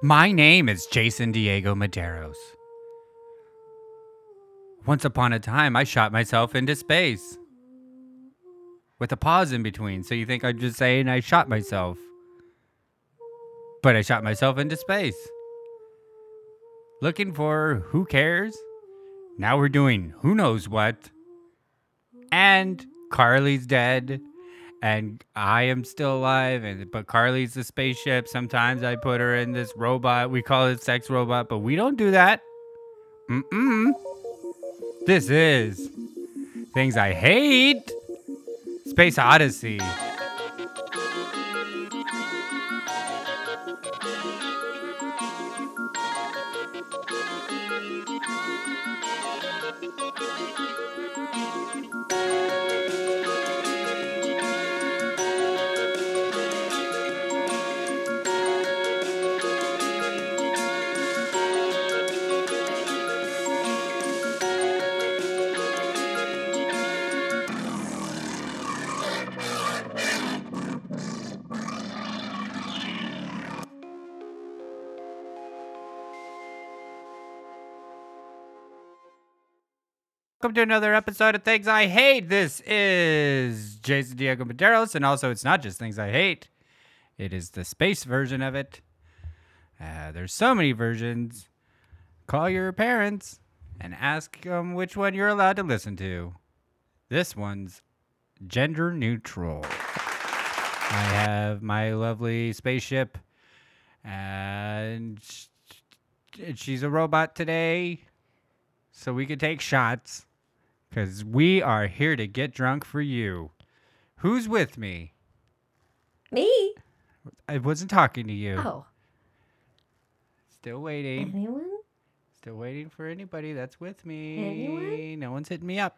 My name is Jason Diego Medeiros. Once upon a time, I shot myself into space with a pause in between. So you think I'm just saying I shot myself, but I shot myself into space. Looking for who cares? Now we're doing who knows what. And Carly's dead. And I am still alive, and but Carly's the spaceship. Sometimes I put her in this robot. We call it sex robot, but we don't do that. Mm-mm. This is things I hate. Space Odyssey. Welcome to another episode of Things I Hate. This is Jason Diego Medeiros, and also it's not just Things I Hate, it is the space version of it. Uh, there's so many versions. Call your parents and ask them which one you're allowed to listen to. This one's gender neutral. I have my lovely spaceship, and sh- sh- she's a robot today, so we can take shots because we are here to get drunk for you. Who's with me? Me? I wasn't talking to you. Oh, Still waiting. anyone? Still waiting for anybody that's with me. Anyone? Hmm. No one's hitting me up.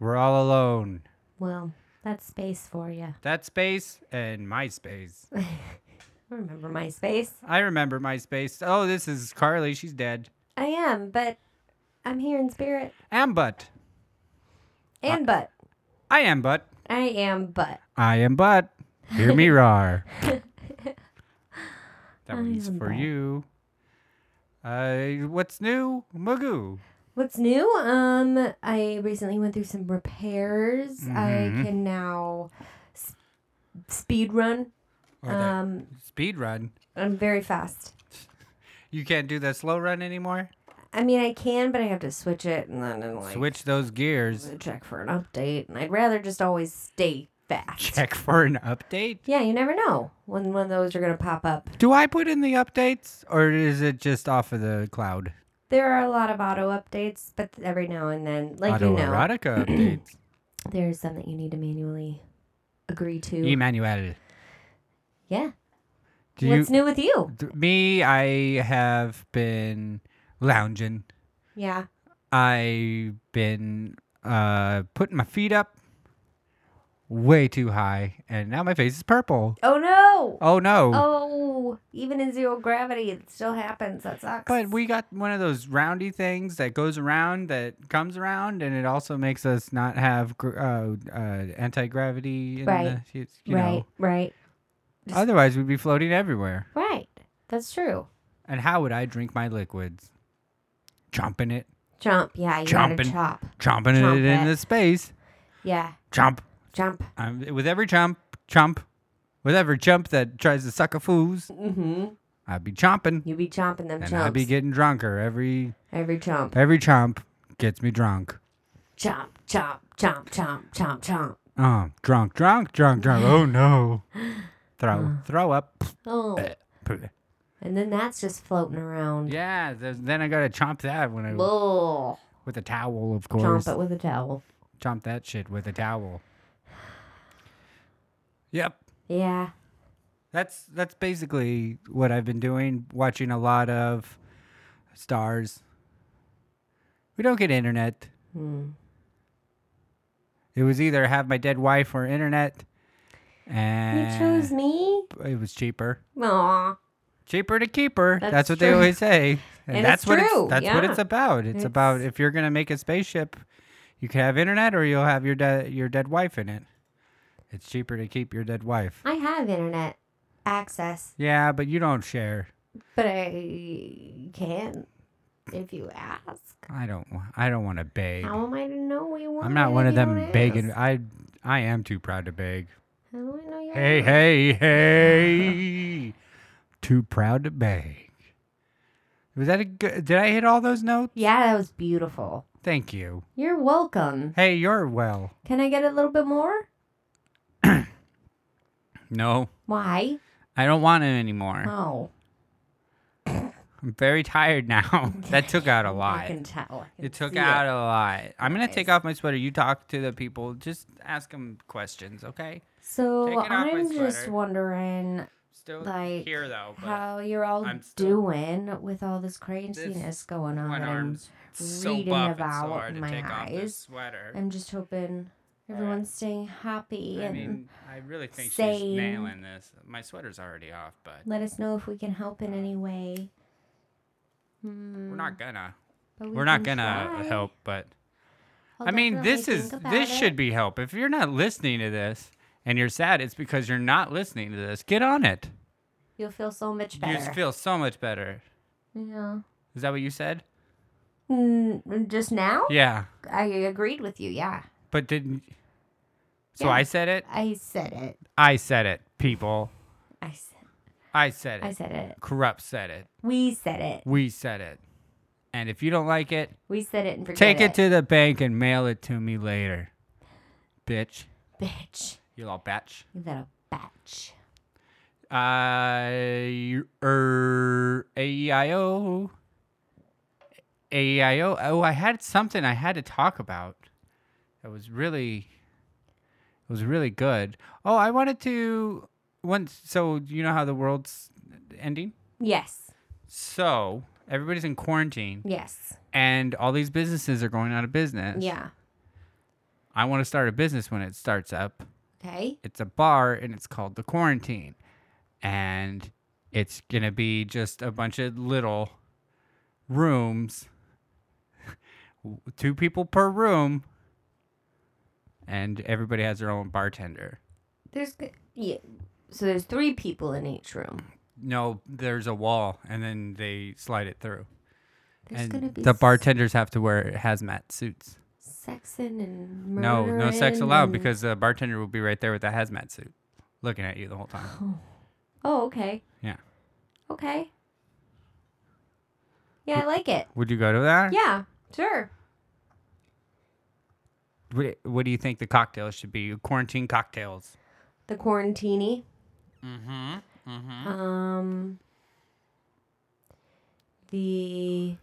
We're all alone. Well, that's space for you. That space and my space. Remember my space? I remember my space. Oh, this is Carly. She's dead. I am, but I'm here in spirit Am but. and Uh, but. I am but. I am but. I am but. Hear me roar. that I one's am for but. you. Uh, what's new, Magoo? What's new? Um, I recently went through some repairs. I Mhm. can now s- speed run. Or that Um, speed run. I'm very fast. You can't do the slow run anymore. I mean, I can, but I have to switch it and then and, like Switch those gears. check for an update. And I'd rather just always stay fast. Check for an update. Yeah, you never know when one of those are gonna pop up. Do I put in the updates or is it just off of the cloud? There are a lot of auto updates, but th- every now and then, like you know, Autoerotica updates. there's some that you need to manually agree to. Emmanuel. yeah. Do you, What's new with you? th- me, I have been lounging. Yeah. I've been uh, putting my feet up way too high, and now my face is purple. Oh no. Oh no! Oh, even in zero gravity, it still happens. That sucks. But we got one of those roundy things that goes around, that comes around, and it also makes us not have gr- uh, uh, anti gravity. Right. The, you you right, know, right, Just- otherwise we'd be floating everywhere. right. That's true. And how would I drink my liquids? Chomping it, Jump. Yeah, you Jumping. gotta chop. chomping Chomp it into it. space. Yeah, Chomp. jump. I'm, with every chomp, chomp, with every chump that tries to suck a foos, Mm-hmm. I'd be chomping, You be chomping them and chomps. I'd be getting drunker. Every Every chomp. every chomp gets me drunk. Chomp, chomp, chomp, chomp, chomp, chomp. Um, drunk, drunk, drunk, drunk. Oh no. Throw, throw up. Oh, and then that's just floating around. Yeah, th- then I gotta chomp that when I Bull. with a towel, of course. Chomp, Chomp it with a towel. that shit with a towel. Yep, Yeah. that's that's basically what I've been doing. Watching a lot of stars. We don't get internet. Hmm. It was either have my dead wife or internet, and You chose me? it was cheaper. Aw. cheaper to keep her. That's, That's what they true. always say, and, And that's it's what true, it's that's what yeah. it's about. It's, about It's- if you're gonna make a spaceship, you can have internet or you'll have your dead your dead wife in it. It's cheaper to keep your dead wife. I have internet access. Yeah, but you don't share. But I can't if you ask. I don't. wa- I don't want to beg. How am I to know what you want? I'm not one if of you don't them begging. ask? I. I am too proud to beg. How do I know you? Hey, hey, hey! too proud to beg. Was that a good? Did I hit all those notes? Yeah, that was beautiful. Thank you. You're welcome. Hey, you're well. Can I get a little bit more? No, Why? I don't want it anymore. Oh, I'm very tired now. that took out a I lot. can tell. I can It took see out a lot. I'm gonna take Guys. off my sweater. You talk to the people. Just ask them questions, okay? Take So it off my I'm just sweater. wondering Still Like, here though, but how you're all I'm still- doing with all this craziness going on. one that I'm- arm's so reading buff. It's so about hard to my take off eyes. this sweater. I'm just hoping everyone's staying happy I and mean, I really think she's sane. nailing this. My sweater's already off, but let us know if we can help in any way. Hmm, we're not gonna. But Mm. we We're not can gonna try. help, but I'll I mean, definitely this is think about this it. should be help. If you're not listening to this and you're sad, it's because you're not listening to this. Get on it. You'll feel so much You better. just feel so much better. yeah. Is that what you said? Mm, just now? Yeah, I agreed with you. Yeah. but didn't. So Yeah. I said it. I said it. I said it. People. I said. I said it. I said it. Corrupt said it. We said it. We said it. And if you don't like it, We said it and forget take it to the bank and mail it to me later, bitch. bitch. You little bitch. You little batch. I er AEIO. AEIO. Oh, I had something I had to talk about. That was really it was really good. Oh, I wanted to once so you know how the world's ending? Yes. So everybody's in quarantine Yes. and all these businesses are going out of business. Yeah. I want to start a business when it starts up. Okay. it's a bar and it's called the quarantine and it's gonna be just a bunch of little rooms two people per room and everybody has their own bartender There's g- yeah. So there's three people in each room. no there's a wall and then they slide it through There's and gonna be the s- bartenders have to wear hazmat suits sexing and no no sex murdering allowed and- because the bartender will be right there with the hazmat suit looking at you the whole time Oh, okay. Yeah. Okay. Yeah, I like it. would you go to that Yeah, sure. What, what do you think the cocktails should be? Quarantine cocktails. The quarantini. Mm-hmm. Mm-hmm. Um. The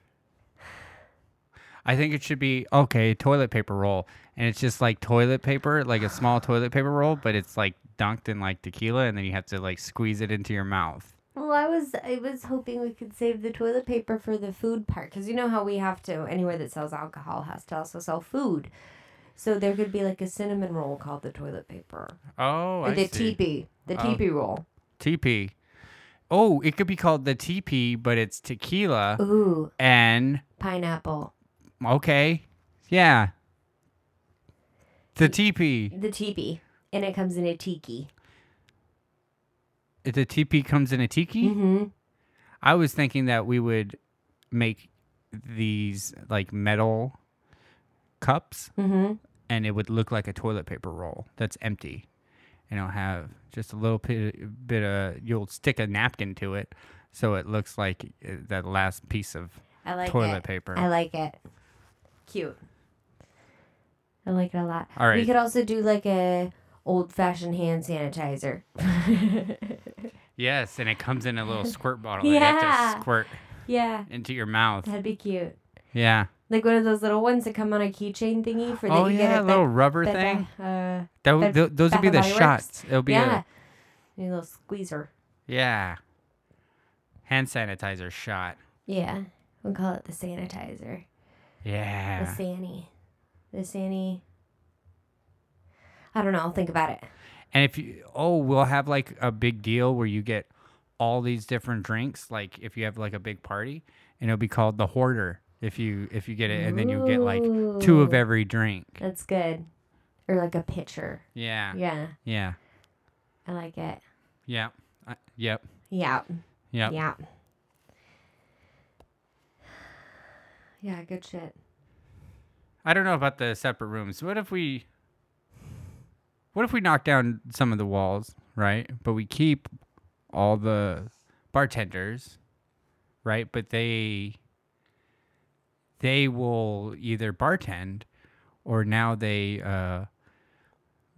I think it should be okay. Toilet paper roll, and it's just like toilet paper, like a small toilet paper roll, but it's like dunked in like tequila, and then you have to like squeeze it into your mouth. well, I was I was hoping we could save the toilet paper for the food part because you know how we have to anywhere that sells alcohol has to also sell food, so there could be like a cinnamon roll called the toilet paper Oh, or the teepee, the Oh. teepee roll. TP. Oh, it could be called the TP, but it's tequila Ooh, and pineapple. okay, yeah. The TP. The teepee, and it comes in a tiki. The TP comes in a tiki. Mm-hmm. I was thinking that we would make these like metal cups Mm-hmm. and it would look like a toilet paper roll that's empty. And it'll have just a little bit, bit of, you'll stick a napkin to it so it looks like uh, that last piece of I like toilet it. paper. I like it. Cute. I like it a lot. All right. We could also do like a old fashioned hand sanitizer. yes, and it comes in a little squirt bottle. that You have Yeah. to squirt yeah. into your mouth. That'd be cute. Yeah. Like one of those little ones that come on a keychain thingy for that Oh, you get yeah, a at little the rubber Bed thing. Bath- uh, That, w- Bed- th- those would Bath be and the Body Works. shots. It'll be yeah. yeah. A, little squeezer. A, yeah. Hand sanitizer shot. Yeah. We call it the sanitizer. Yeah. The Sanny. The Sanny. I don't know. I'll think about it. And if you, oh, we'll have like a big deal where you get all these different drinks. Like if you have like a big party, and it'll be called the hoarder. If you if you get it, and then you get like two of Ooh. every drink. That's good. Or like a pitcher. Yeah, Yeah. yeah, I like it. yeah, I- yep, Yeah. yep. Yeah. Yeah, good shit. I don't know about the separate rooms. What if we What if we knock down some of the walls, right? But we keep all the bartenders, right? But they they will either bartend or now they uh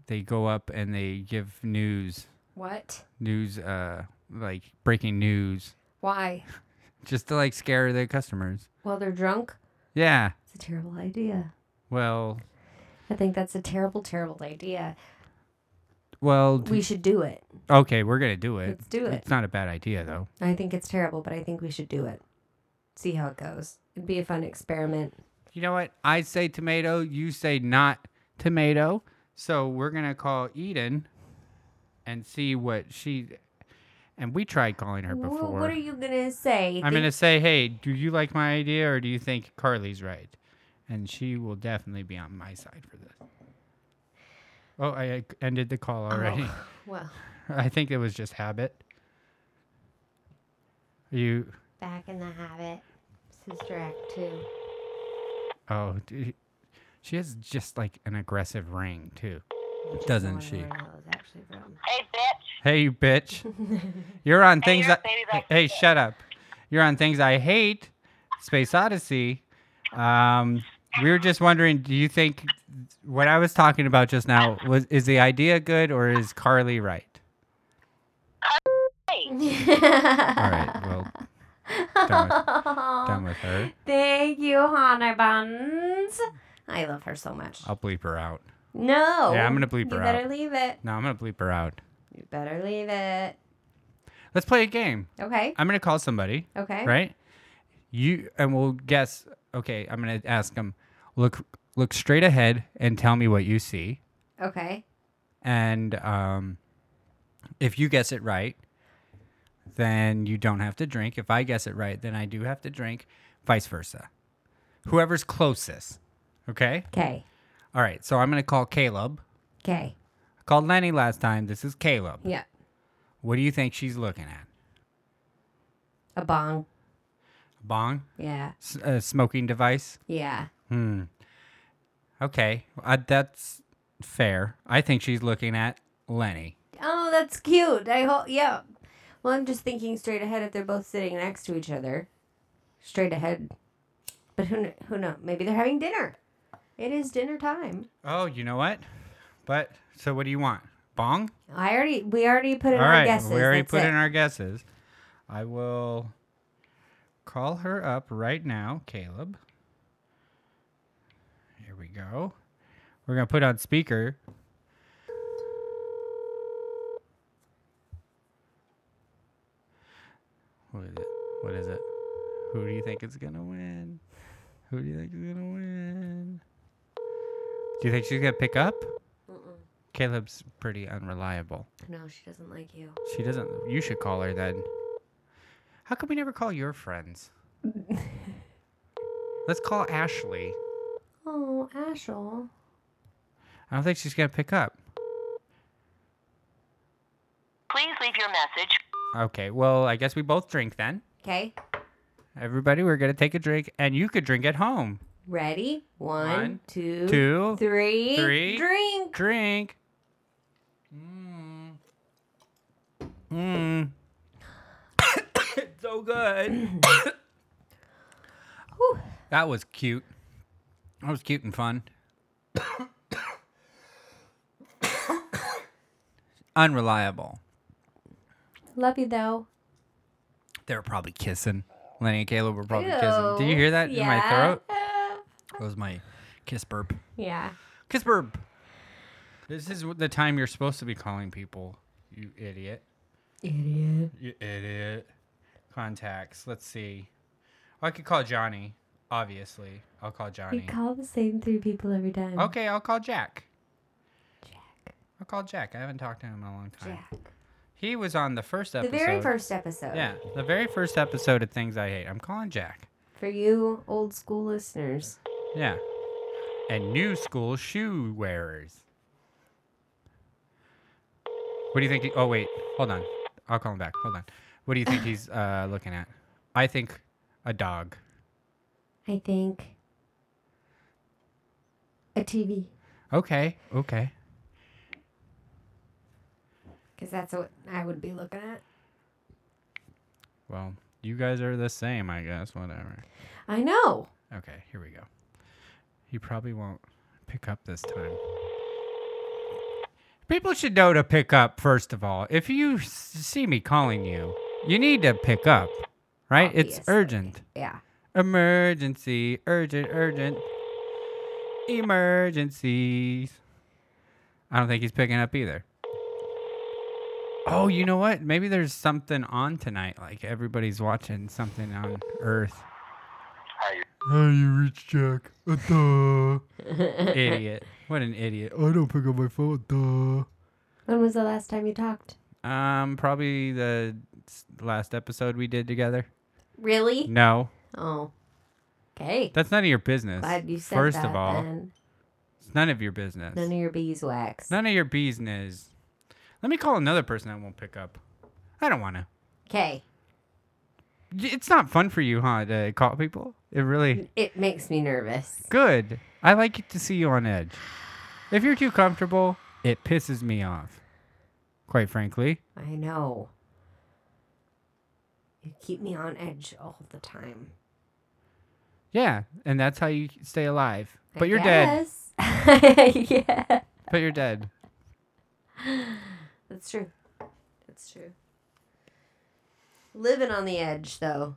they go up and they give news What? news uh like breaking news Why? just to like scare the customers. While they're drunk? Yeah. It's a terrible idea. Well, I think that's a terrible, terrible idea. well, We should do it. Okay, we're gonna do it. Let's do it. It's not a bad idea though. I think it's terrible, but I think we should do it. See how it goes. It'd be a fun experiment. You know what? I say tomato, you say not tomato. So we're gonna call Eden and see what she and we tried calling her Wha- before. what are you gonna say? I'm Think- gonna say, Hey, do you like my idea or do you think Carly's right? And she will definitely be on my side for this. Oh, I uh, ended the call Oh. already. Well, I think it was just habit. You back in the habit. Sister Act two. Oh, d- she has just like an aggressive ring too. I'm just Doesn't wondering she? where that was actually from. Hey, bitch. Hey, you bitch! You're on Hey, things. you're I- a baby back hey, shut up! You're on things I hate. Space Odyssey. Um, we were just wondering, do you think what I was talking about just now was is the idea good or is Carly right? Hey. All right, well, done with, done with her. Thank you, Hannah Buns. I love her so much. I'll bleep her out. No. Yeah, I'm gonna bleep You her better out. leave it. No, I'm gonna bleep her out. You better leave it. Let's play a game. Okay. I'm gonna call somebody. Okay. right? You and we'll guess. Okay, I'm gonna ask him. Look, look straight ahead and tell me what you see. Okay. And um, if you guess it right, then you don't have to drink. If I guess it right, then I do have to drink. Vice versa. Whoever's closest. Okay. Okay. All right. So I'm gonna call Caleb. Okay. I called Lenny last time. This is Caleb. Yeah. What do you think she's looking at? A bong. Bong? Yeah. S- a smoking device? Yeah. Hmm. Okay, uh, that's fair. I think she's looking at Lenny. Oh, that's cute. I hope. Yeah. Well, I'm just thinking straight ahead if they're both sitting next to each other. Straight ahead. But who kn- who knows? Maybe they're having dinner. It is dinner time. Oh, you know what? But so, what do you want? Bong. I already we already put in All our right, guesses. we already that's put it. in our guesses. I will call her up right now, Caleb. Here we go. We're gonna put on speaker. What is it? What is it? Who do you think is gonna win? Who do you think is gonna win? Do you think she's gonna pick up? Caleb's pretty unreliable. No, she doesn't like you. She doesn't. You should call her then. How come we never call your friends? Let's call Ashley. Oh, Ashel. I don't think she's gonna pick up. Please leave your message. Okay, well, I guess we both drink then. Okay. Everybody, we're gonna take a drink, and you could drink at home. Ready? One, One, two, three, Two, three. Drink. drink. Mmm. Mmm. it's so good. Whew. that was cute. That was cute and fun. Unreliable. Love you though. They were probably kissing. Lenny and Caleb were probably kissing. Did you hear that in my throat? That was my kiss burp. Yeah. Kiss burp. This is the time you're supposed to be calling people, you idiot. Idiot. You idiot. Contacts. Let's see. I could call Johnny, obviously. I'll call We Johnny. call the same three people every time. okay, I'll call Jack. Jack. I'll call Jack. I haven't talked to him in a long time. Jack. He was on the first The episode. very first episode. Yeah, the very first episode of Things I Hate. I'm calling Jack. For you old school listeners. Yeah. And new school shoe wearers. What do you think? He, oh, wait. Hold on. I'll call him back. Hold on. What do you think he's uh, looking at? I think a dog. I think. A TV. Okay. Okay. Because that's what I would be looking at. Well, you guys are the same, I guess. Whatever. I know. Okay, here we go. He probably won't pick up this time. People should know to pick up, first of all. If you s- see me calling you, you need to pick up, right? It's Obviously. urgent. Yeah. Emergency, urgent, urgent. Emergencies. I don't think he's picking up either. Oh, you know what? Maybe there's something on tonight. Like everybody's watching something on Earth. Hi. How do you reach Jack? Uh, duh. idiot. What an idiot. I don't pick up my phone. Duh. When was the last time you talked? Um, probably the s- last episode we did together. Really? No, Oh. Okay. that's none of your business. Glad you said First that. of all, then. it's none of your business. none of your beeswax. None of your business. Let me call another person I won't pick up. I don't want to. Okay. It's not fun for you, huh? To call people. It really It makes me nervous. good. I like it to see you on edge. If you're too comfortable, it pisses me off. Quite frankly. I know. You keep me on edge all the time. Yeah, and that's how you stay alive. I But you're dead. guess. yeah. But you're dead. That's true. That's true. Living on the edge, though.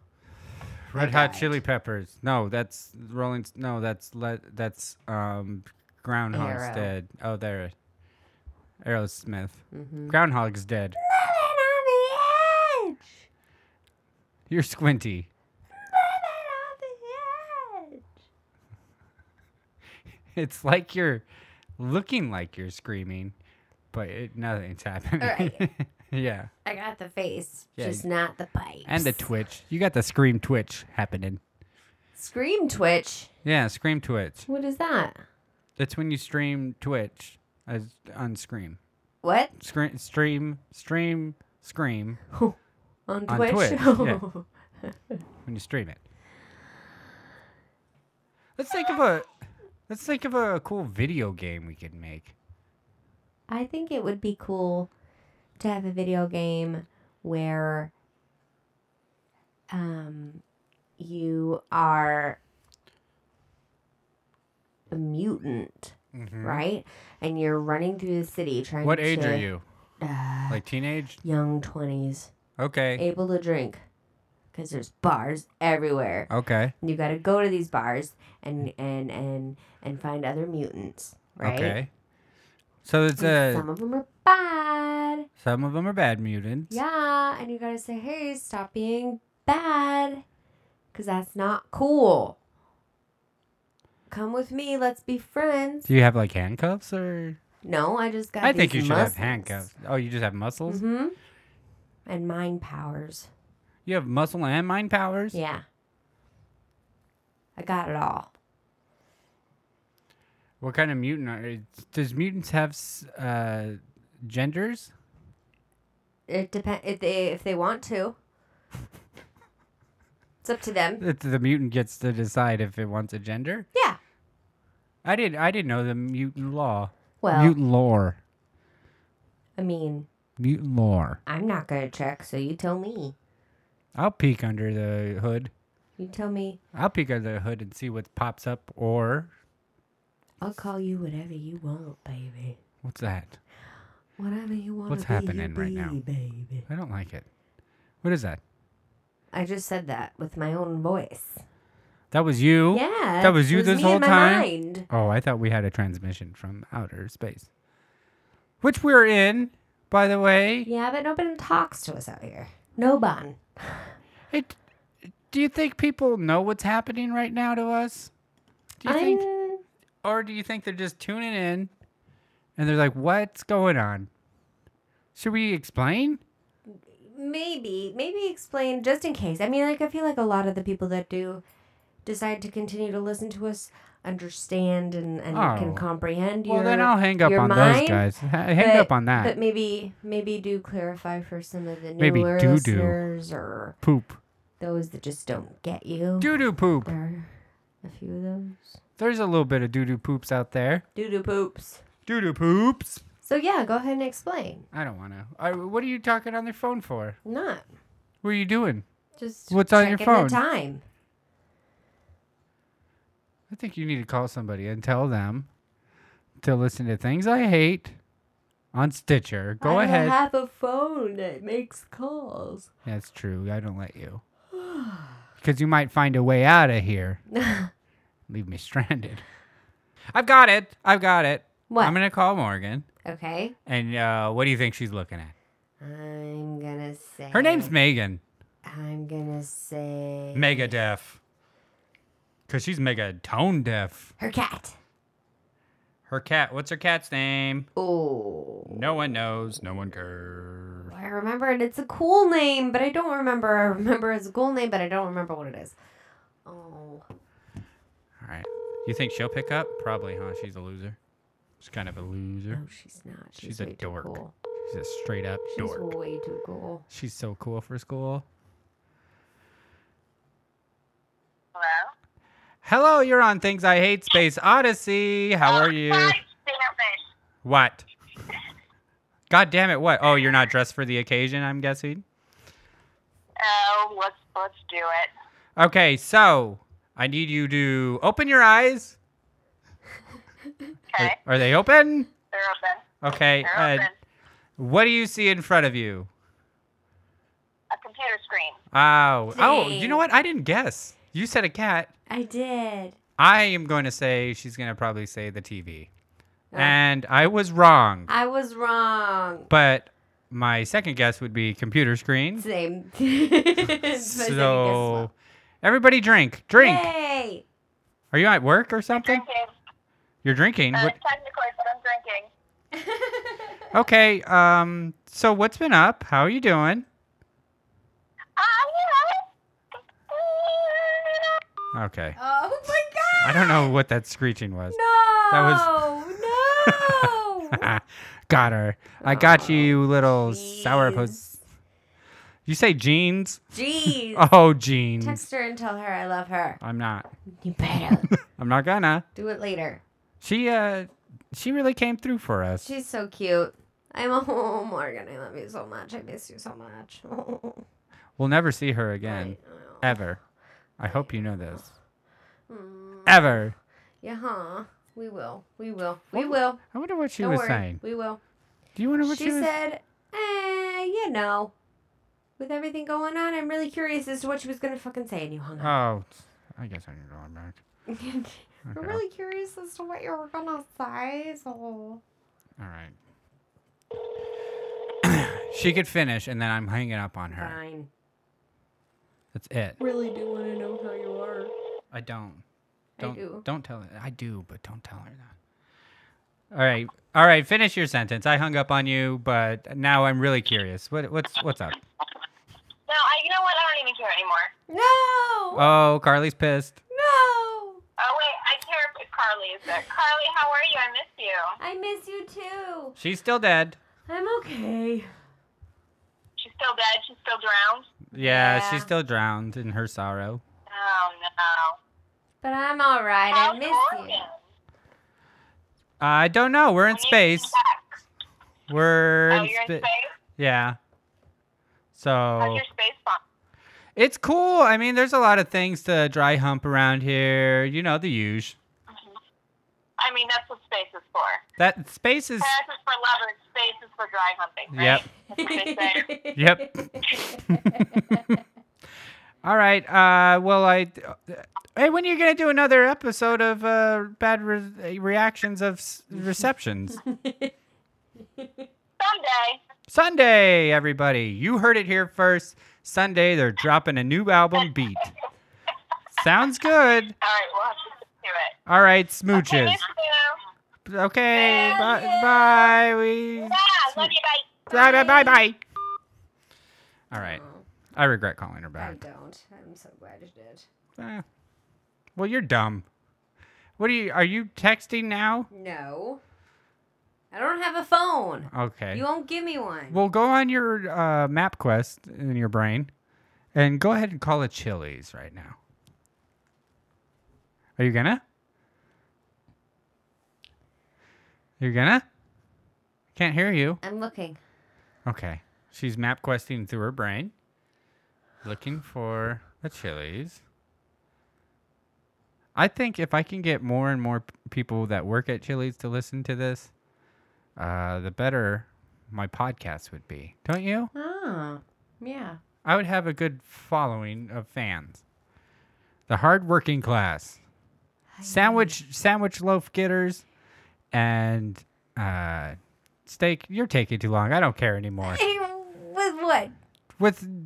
Red Hot died. Chili Peppers. No, that's Rolling. S- No, that's le- that's um Groundhog's Arrow. dead. Oh, there, it- Aerosmith. Mm-hmm. Groundhog's dead. Living on the edge. You're squinty. Living on the edge. It's like you're looking like you're screaming, but it, nothing's happening. Alright. yeah, I got the face, Yeah, just not the pipes. and the twitch. You got the scream twitch happening. scream twitch. Yeah, scream twitch. What is that? That's when you stream twitch as on scream. What Scream, stream, stream, scream on On Twitch? Twitch, yeah. when you stream it. Let's think of a let's think of a cool video game we could make. I think it would be cool to have a video game where um you are a mutant, right? And you're running through the city trying Mm-hmm. What to age are you? Uh, Like teenage? young 20s, Okay. able to drink cuz there's bars everywhere. Okay. And you got to go to these bars and and and and find other mutants, right? Okay. So it's And a some of them are bad. some of them are bad mutants. Yeah, and you got to say, "Hey, stop being bad." Cuz that's not cool. Come with me, let's be friends. Do you have like handcuffs or? No, I just got I think you should have handcuffs. Oh, you just have muscles. Mhm. And mind powers. You have muscle and mind powers. Yeah. I got it all. What kind of mutant are? Does mutants have s- uh, genders? It depends if they if they want to. It's up to them. It's, the mutant gets to decide if it wants a gender. Yeah. I did. I didn't know the mutant law. Well, mutant lore. I mean, Mutant lore. I'm not gonna check, so you tell me. I'll peek under the hood. You tell me. I'll peek under the hood and see what pops up. Or I'll call you whatever you want, baby. what's that? Whatever you want. What's happening right now? baby? I don't like it. What is that? I just said that with my own voice. That was you. Yeah. That was you it this me whole in my time? Mind. Oh, I thought we had a transmission from outer space, which we're in, by the way. Yeah, but nobody talks to us out here. No bun. It, do you think people know what's happening right now to us? Do you I'm. think, or do you think they're just tuning in, and they're like, "What's going on? Should we explain?" maybe maybe explain just in case i mean like i feel like a lot of the people that do decide to continue to listen to us understand and, and Oh. can comprehend Well, your, then I'll hang up your on mind, those guys. Ha- Hang but- up on but that. maybe maybe do clarify for some of the Maybe newer doo-doo. listeners or poop. those that just don't get you Doo doo poop. or A few of those. There's a little bit of doo doo poops out there. Doo doo poops. Doo doo poops. So yeah, go ahead and explain. I don't want to. I, what are you talking on your phone for? Not What are you doing? just. What's on your checking the phone? time. I think you need to call somebody and tell them to listen to things I hate on Stitcher. Go I ahead. I have a phone that makes calls. That's true. I don't let you. Because you might find a way out of here. Leave me stranded. I've got it. I've got it. What? I'm going to call Morgan. Okay. And uh, what do you think she's looking at? I'm gonna say. Her name's Megan. I'm gonna say. Mega deaf. Because she's mega tone deaf. Her cat. Her cat, what's her cat's name? Oh. No one knows. No one cares. I remember it. It's a cool name, but I don't remember. I remember it's a cool name, but I don't remember what it is. Oh. All right. You think she'll pick up? Probably, huh? She's a loser. She's kind of a loser. No, she's not. She's, She's a way too dork. Cool. She's a straight up She's dork. way too cool. She's so cool for school. Hello? Hello, you're on Things I Hate Space Odyssey. How are you? God damn it. What? God damn it, what? Oh, you're not dressed for the occasion, I'm guessing? Oh, let's, let's do it. Okay, so I need you to open your eyes. Okay. Are, are they open? They're open. Okay. They're Uh, open. what do you see in front of you? A computer screen. Oh, oh, you know Dang. what? I didn't guess. You said a cat. I did. I am going to say she's going to probably say the TV. Oh. And I was wrong. I was wrong. But my second guess would be computer screen. Same. It's my second guess as So well. everybody drink. Drink. Yay! Are you at work or something? Drinking. You're drinking. Uh, What, technically, but I'm drinking. okay. Um so what's been up? How are you doing? Ah, you know. Okay. Oh my god! I don't know what that screeching was. No. That was no. got her. I got Oh, you little jeez. sourpuss. You say jeans? Jeez. Oh, jeans. Text her and tell her I love her. I'm not. You better I'm not gonna. do it later. She uh she really came through for us. She's so cute. I'm a oh, Morgan. I love you so much. I miss you so much. We'll never see her again. I know. Ever. I hope you know this. Mm, Ever. yeah, huh? We will. We will. We will. I wonder what she Don't was worry. saying. We will. Do you wonder what she, She was said, eh, you know, with everything going on, I'm really curious as to what she was gonna fucking say, and you hung up. Oh I guess I can go on back. I'm Okay. really curious as to what you were gonna say. So All right. she could finish and then I'm hanging up on her. fine. That's it. Really do want to know how you are. I don't. Don't I do. don't tell her. I do, but don't tell her that. All right. All right, finish your sentence. I hung up on you, but now I'm really curious. What what's what's up? No, I, you know what? I don't even care anymore. No. Oh, Carly's pissed. No. Oh, wait, I care if Carly is there. Carly, how are you? I miss you. I miss you too. She's still dead. I'm okay. She's still dead. She's still drowned. Yeah, Yeah. she's still drowned in her sorrow. Oh, no. But I'm alright. I How's miss Morgan? you. I don't know. We're in When are you space. back? We're Oh, in, you're in spa- Oh. space? Yeah. How's So your space fun? it's cool. I mean, there's a lot of things to dry hump around here. You know the use. I mean, that's what space is for. That space is. Paris is for lovers, space is for dry humping, right? Yep. That's what they say. Yep. All right. Uh, well, I. Hey, when are you gonna do another episode of uh, bad re- reactions of s- receptions? Someday. Sunday, everybody. You heard it here first. Sunday, they're dropping a new album, Beat. Sounds good. All right, we'll have to get to it. All right, Okay, smooches. miss you. Okay, bye, yeah. bye. We Yeah, love you, bye. bye, bye, bye, bye. All right, Oh, I regret calling her I back. don't. I'm so glad you did. Eh. Well, you're dumb. What are you? Are you texting now? No. I don't have a phone. Okay. You won't give me one. Well, go on your uh, map quest in your brain, and go ahead and call it Chili's right now. Are you gonna? You're gonna? Can't hear you. I'm looking. Okay. She's map questing through her brain, looking for the Chili's. I think if I can get more and more p- people that work at Chili's to listen to this, uh, the better my podcast would be. Don't you? Oh, yeah. I would have a good following of fans. The hardworking class, sandwich sandwich loaf getters, and uh, steak. You're taking too long. I don't care anymore. With what? With Calling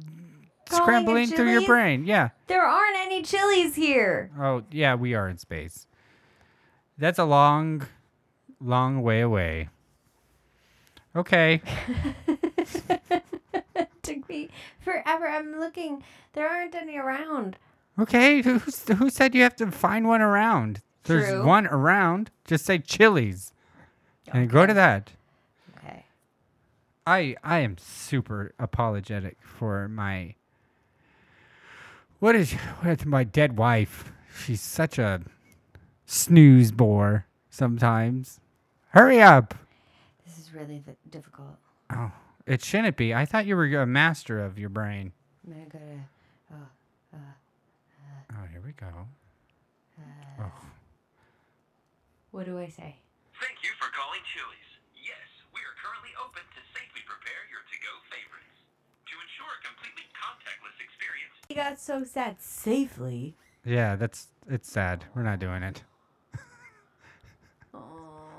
it scrambling through your Chili's? brain. Yeah. There aren't any chilies here. Oh yeah, we are in space. That's a long, long way away. Okay. Took me forever. I'm looking. There aren't any around. Okay, who's, who said you have to find one around? There's True. one around. Just say Chili's, and go to that. Okay. I I am super apologetic for my. What is with my dead wife? She's such a snooze bore sometimes. Hurry up! This is really v- difficult. Oh, it shouldn't be. I thought you were a master of your brain. I'm gonna go to. Oh, Oh, here we go. what do I say? Thank you for calling Chili's. Yes, we are currently open to safely prepare your to-go favorites. To ensure a completely contactless experience, He got so sad. Safely. Yeah, that's it's sad. We're not doing it. Oh.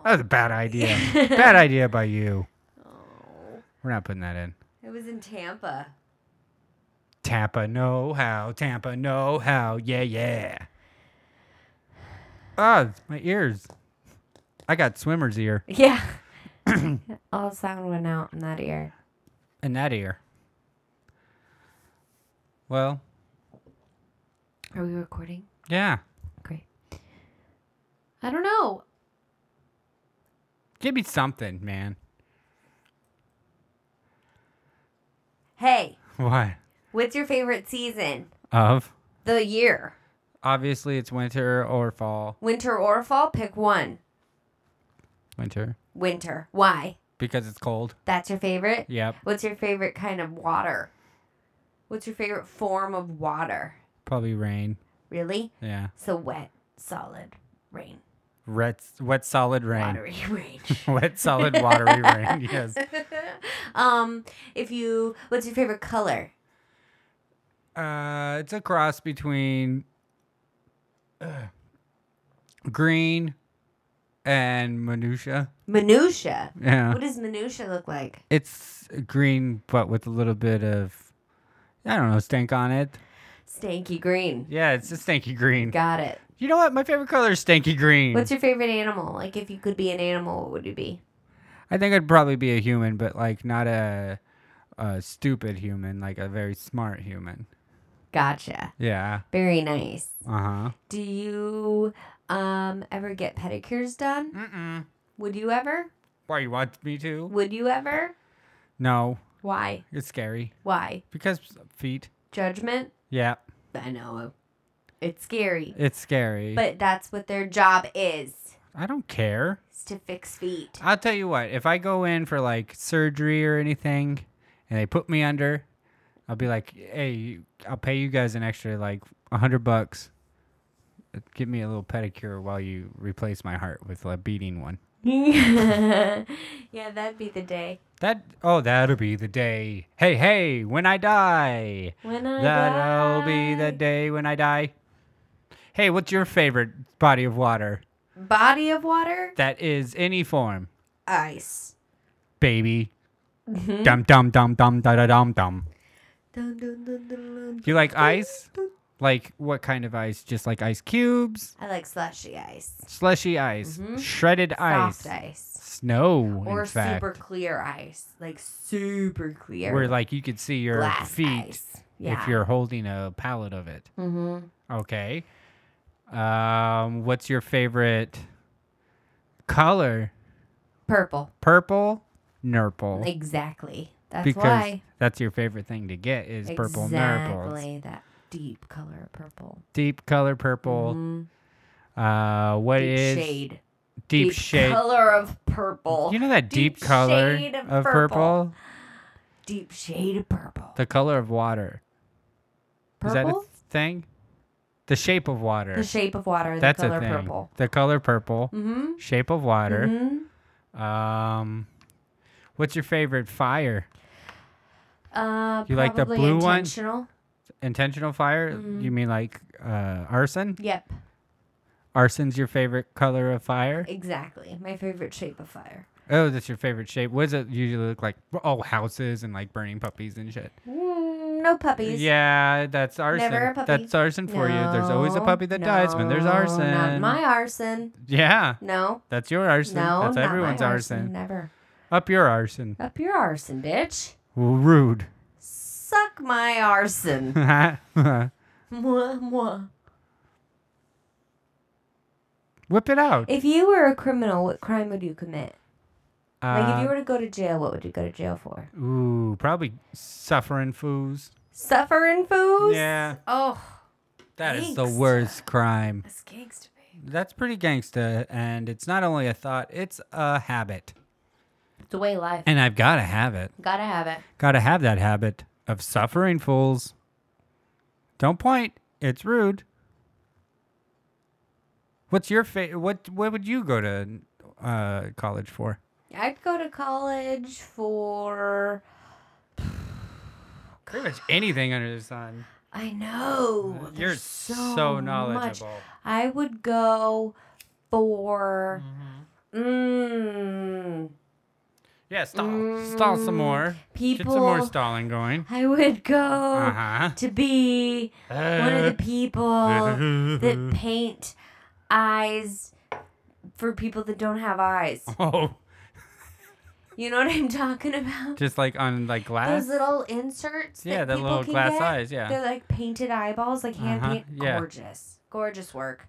That was a bad idea. bad idea by you. Oh. We're not putting that in. It was in Tampa. Tampa know how. Tampa know how. Yeah, yeah. Ah, my ears. I got swimmer's ear Yeah. All sound went out in that ear. in that ear. Well, Are we recording? yeah. Great. I don't know. Give me something, man. Hey, What? what's your favorite season? Of? The year. Obviously, it's winter or fall. Winter or fall? Pick one. Winter. Winter. Why? Because it's cold. That's your favorite? Yep. What's your favorite kind of water? What's your favorite form of water? Probably rain. Really? Yeah. So wet, solid, rain. Red, wet, solid rain. Watery rain. wet, solid, watery rain. Yes. um, if you, what's your favorite color? Uh, it's a cross between uh, green and minutia. Minutia. Yeah, What does minutia look like? it's green, but with a little bit of I don't know stink on it. Stanky green. Yeah, it's a stanky green. Got it. You know what? My favorite color is stanky green. What's your favorite animal? Like, if you could be an animal, what would you be? I think I'd probably be a human, but like not a, a stupid human, like a very smart human. Gotcha. Yeah. Very nice. Uh huh. Do you um ever get pedicures done? Mm mm. Would you ever? Why you want me to? Would you ever? No, Why? it's scary Why? because feet. Judgment? Yeah, I know. It's scary. it's scary. But that's what their job is, I don't care. is to fix feet. I'll tell you what, if I go in for like surgery or anything and they put me under, I'll be like, hey, you- I'll pay you guys an extra like a 100 bucks. Give me a little pedicure while you replace my heart with a beating one. yeah, that'd be the day. That, oh, that'll be the day. Hey, hey, when I die. When I That'll be the die. day when I die. Hey, what's your favorite body of water? Body of water? That is any form, Ice. baby. Dum, Mm-hmm. dum, dum, dum, da, da, dum, dum. Dun, dun, dun, dun, dun. Do you like ice? Like what kind of ice? Just like ice cubes, I like slushy ice. slushy ice, shredded Mm-hmm. Soft ice, ice. snow, Or in fact. super clear ice. Like super clear. where like you could see your glass feet ice. Yeah. if you're holding a pallet of it. hmm Okay. Um, what's your favorite color? Purple. Purple, nurple. Exactly. That's because why. that's your favorite thing to get is purple nurples. Exactly. That deep color of purple. Deep color purple. Mhm. Uh, what Deep is shade. deep, shade? Color of purple. You know that deep, color shade of purple? Deep shade of purple. The color of water. Is that a purple? thing? The shape of water. The shape of water. That's the color a thing. purple. The color purple. Mm-hmm. Shape of water. hmm Um, what's your favorite fire? Uh, You like the probably blue one? intentional. Intentional fire? Mm-hmm. You mean like uh, arson? Yep, Arson's your favorite color of fire? exactly. My favorite shape of fire. Oh, that's your favorite shape. What does it usually look like? Oh, houses and like burning puppies and shit. Mm, no puppies. Yeah, that's arson. Never a puppy. That's arson for you. There's always a No, puppy that dies when there's no, arson. Not my arson. yeah, No. that's your arson. No, that's not everyone's my arson. Never. Up your arson. Up your arson, bitch. Rude. Suck my arson. Whip Mwah, mwah. it out. If you were a criminal, what crime would you commit? like, if you Uh, were to go to jail, what would you go to jail for? ooh, probably suffering foos. Suffering foos? Yeah. Oh, That is the Gangsta. worst crime. that's gangster, babe. That's pretty gangsta, and it's not only a thought, it's a habit. It's the way of life. And I've got to have it. Gotta have it. Got to have that habit of suffering fools. Don't point. It's rude. What's your fa- what what would you go to uh, college for? I'd go to college for. Pretty much anything under the sun. I know. You're there's so, much. knowledgeable. I would go for. Mm-hmm. Mm, Yeah, stall. Stall some more. Get some more people- stalling going. I would go Uh-huh. to be one of the people that paint eyes for people that don't have eyes. Oh, You know what I'm talking about? just like on like glass. Those little inserts. Yeah, that the people little can glass get. eyes, yeah. They're like painted eyeballs, like hand Uh-huh, paint. yeah. Gorgeous, gorgeous work.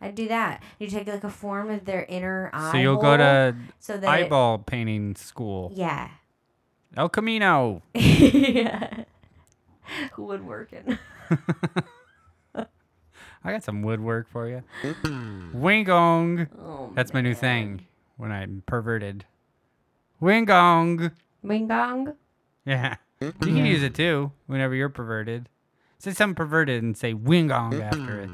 I'd do that. You take like a form of their inner eye. so you'll go to so that it- eyeball painting school. yeah. El Camino. yeah. Woodworking. I got some woodwork for you. Wingong. Oh, That's my new thing when I'm perverted. Wingong. Wing dong. Yeah. You can use it too whenever you're perverted. Say something perverted and say wingong after it.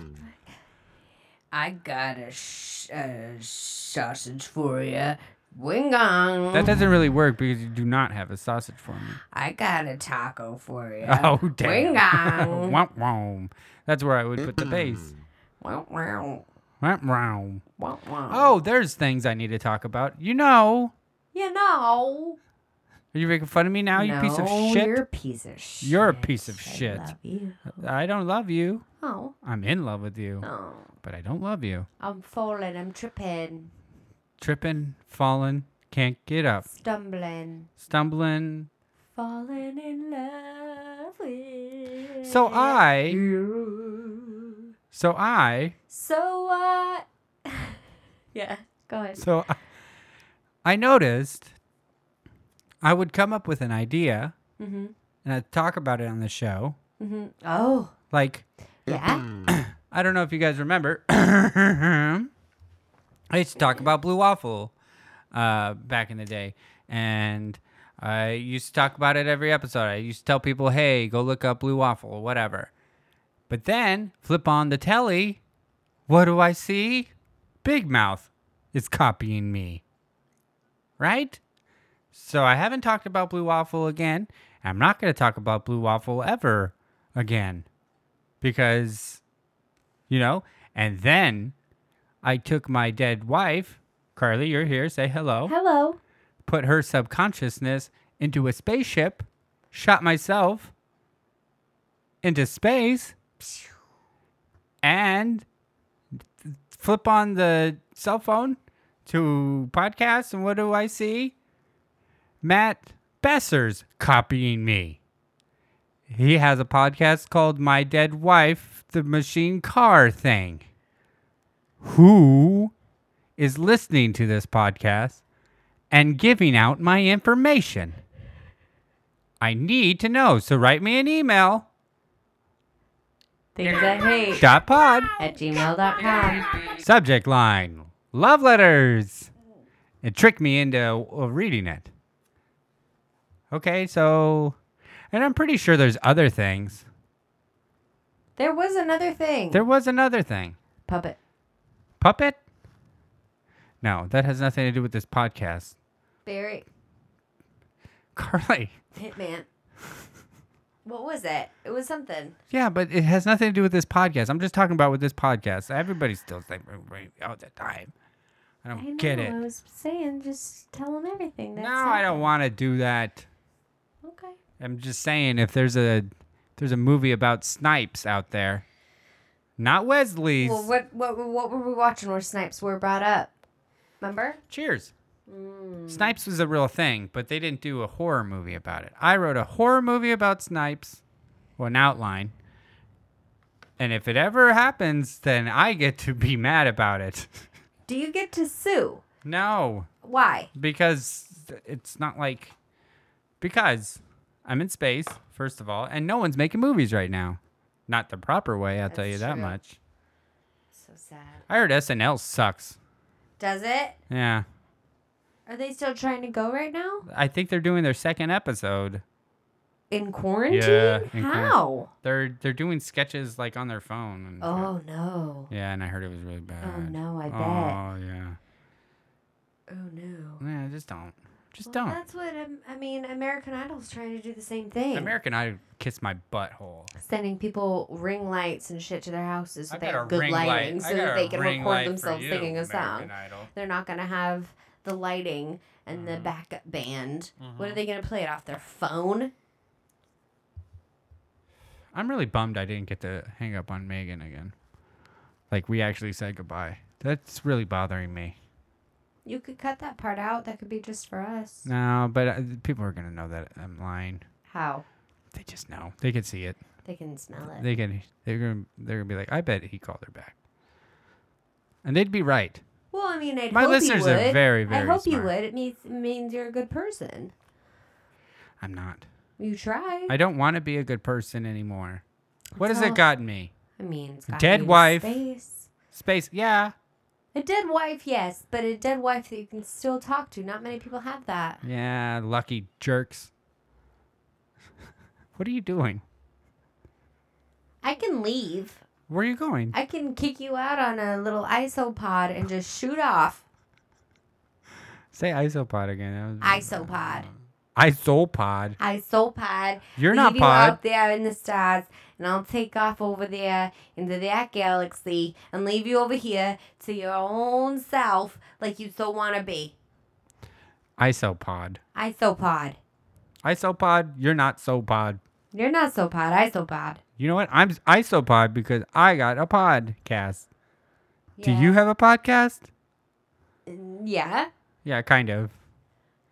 I got a, sh- a sausage for you. Wing dong. That doesn't really work because you do not have a sausage for me. I got a taco for you. Oh, damn. Uh, Wing-gong. Womp womp. That's where I would put the bass. Wow, wow, Womp womp. wow, wow. Oh, there's things I need to talk about. You know. You know. Are you making fun of me now, you piece of No, shit? You're a piece of shit. You're a piece of I shit. love you. I don't love you. Oh, I'm in love with you, oh. but I don't love you. I'm falling. I'm tripping. Tripping, falling, can't get up. Stumbling. Stumbling. Falling in love with. So uh, I, you. so I, So I. yeah. Go ahead. so I, I noticed I would come up with an idea Mhm. and I'd talk about it on the show. Mm-hmm. Oh. Like, Mm-hmm. Yeah. I don't know if you guys remember. I used to talk about Blue Waffle uh, back in the day, and I used to talk about it every episode. I used to tell people, "Hey, go look up Blue Waffle, or whatever." But then flip on the telly, what do I see? Big Mouth is copying me, right? So I haven't talked about Blue Waffle again. I'm not going to talk about Blue Waffle ever again because you know and then i took my dead wife carly you're here say hello Hello. put her subconsciousness into a spaceship shot myself into space and f- flip on the cell phone to podcast and what do i see matt besser's copying me he has a podcast called my dead wife the machine car thing who is listening to this podcast and giving out my information i need to know so write me an email Things I hate Dot pod. at gmail.com. Subject line Love letters. It tricked me into uh, reading it. Okay, so. And I'm pretty sure there's other things. There was another thing. There was another thing. Puppet. Puppet? No, that has nothing to do with this podcast. Barry. Carly. Hitman. What was it? It was something. Yeah, but it has nothing to do with this podcast. I'm just talking about with this podcast. Everybody still thinks all the time. I don't get it. I was saying, just tell them everything. No, I don't want to do that. Okay. I'm just saying if there's a if there's a movie about snipes out there. Not Wesley's. Well, what what what were we watching where snipes were brought up? Remember? Cheers. Hmm. Snipes was a real thing, but they didn't do a horror movie about it. I wrote a horror movie about Snipes, well, an outline. And if it ever happens, then I get to be mad about it. Do you get to sue? no, Why? because it's not like because I'm in space, first of all, and no one's making movies right now. Not the proper way, I'll tell That's you that true. much. So sad. I heard SNL sucks. Does it? Yeah. Are they still trying to go right now? I think they're doing their second episode. In quarantine? Yeah, in How? They're they're doing sketches like on their phone. And shit. Oh no. Yeah, and I heard it was really bad. no, I bet. Oh yeah. Oh no. Yeah, just don't. Just Well, don't. That's what um, I mean. American Idol's trying to do the same thing. American Idol kissed my butthole. Sending people ring lights and shit to their houses so I they got a have good ring lighting light. I so got that a they can ring record light for themselves you, singing a song. American Idol. They're not gonna have the lighting and Mm-hmm. the backup band. What are they gonna play it off their phone? I'm really bummed I didn't get to hang up on Megan again. Like we actually said goodbye. That's really bothering me. You could cut that part out. That could be just for us. No, but uh, people are gonna know that I'm lying. How? They just know. They can see it. They can smell it. They can. They're gonna. They're gonna be like, I bet he called her back. And they'd be right. well, I mean, I'd My hope listeners you are would. very, I very hope you smart. would. It means it means you're a good person. I'm not. You try. I don't want to be a good person anymore. What has Tell- it gotten me? I mean, it's got Dead you wife. Space. Space. Yeah. A dead wife, yes, but a dead wife that you can still talk to. Not many people have that. Yeah. Lucky jerks. what are you doing? I can leave. Where are you going? I can kick you out on a little isopod and just shoot off. Say isopod again. That was- Isopod. Isopod. Isopod. You're leave not you pod. out there in the stars, and I'll take off over there into that galaxy and leave you over here to your own self like you so want to be. Isopod. Isopod. Isopod. You're not so pod. You're not so pod, isopod. You know what? I'm s- isopod because I got a podcast. Yeah. Do you have a podcast? Yeah. Yeah, kind of.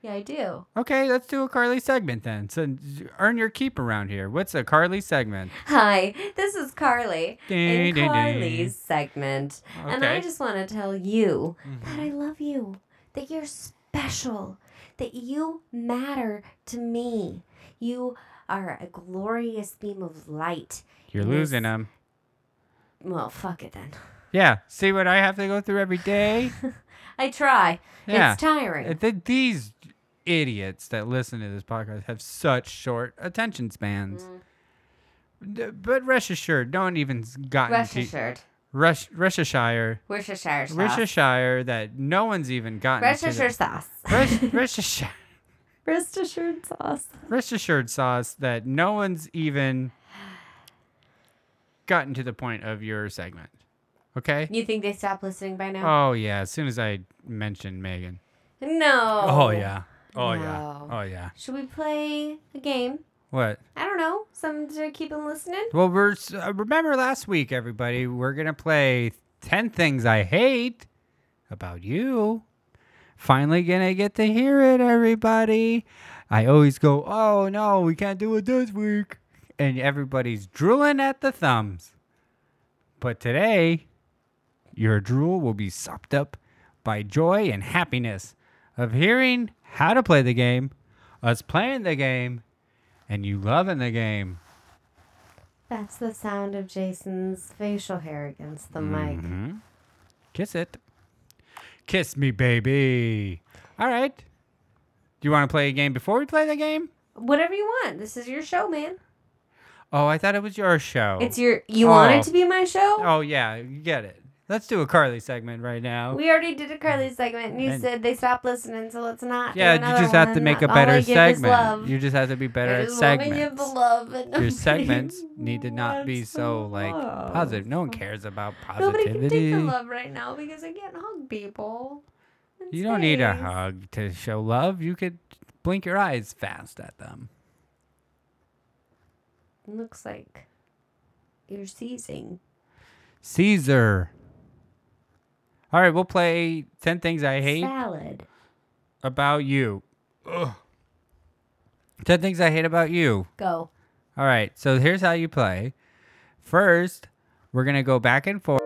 Yeah, I do. Okay, let's do a Carly segment then. So earn your keep around here. What's a Carly segment? Hi, this is Carly Ding, in ding, ding. Carly's segment. And I Okay. Mm-hmm. just want to tell you that I love you, that you're special, that you matter to me. You are a glorious beam of light. You're Yes. losing them. Well, fuck it then. Yeah. See what I have to go through every day? I try. Yeah. It's tiring. I think these idiots that listen to this podcast have such short attention spans. D- But rest assured, no one even's gotten Mm-hmm. Rest to assured. Rush, Rushshire, Worcestershire sauce. Rushshire, that no one's even gotten Worcestershire sauce. to. The, Rush, Rushshire, Worcestershire sauce. rest assured, sauce that no one's even gotten to the point of your segment. Okay. You think they stopped listening by now? Oh yeah. As soon as I mentioned Megan. no. Oh yeah. Oh yeah. No. Oh yeah. Should we play a game? What? I don't know. Some to keep them listening. Well, we're s- uh, remember last week, everybody. We're gonna play ten things I hate about you. Finally, gonna get to hear it, everybody. I always go, oh no, we can't do it this week, and everybody's drooling at the thumbs. But today, your drool will be sopped up by joy and happiness of hearing how to play the game, us playing the game, and you loving the game. That's the sound of Jason's facial hair against the mic. Mhm. Kiss it. Kiss me, baby. All right. Do you want to play a game before we play the game? Whatever you want. This is your show, man. Oh, I thought it was your show. It's your. You want Oh. it to be my show? Oh yeah, you get it. Let's do a Carly segment right now. We already did a Carly segment, and you And- said they stopped listening, so let's not. do Mm. yeah, you another just have to one. make a All better I give is segment. love. You just have to be better I at just wanna give segments. the love and Your nobody segments need to not be wants the so like love. positive. No one cares about Nobody can take positivity. the love right now because I can't hug people. in You don't need a space. hug to show love. You could blink your eyes fast at them. Looks like you're seizing. Caesar. All right, we'll play 10 things I hate Salad. about you. 10 things I hate about you. Go. All right, so here's how you play. First, we're going to go back and forth.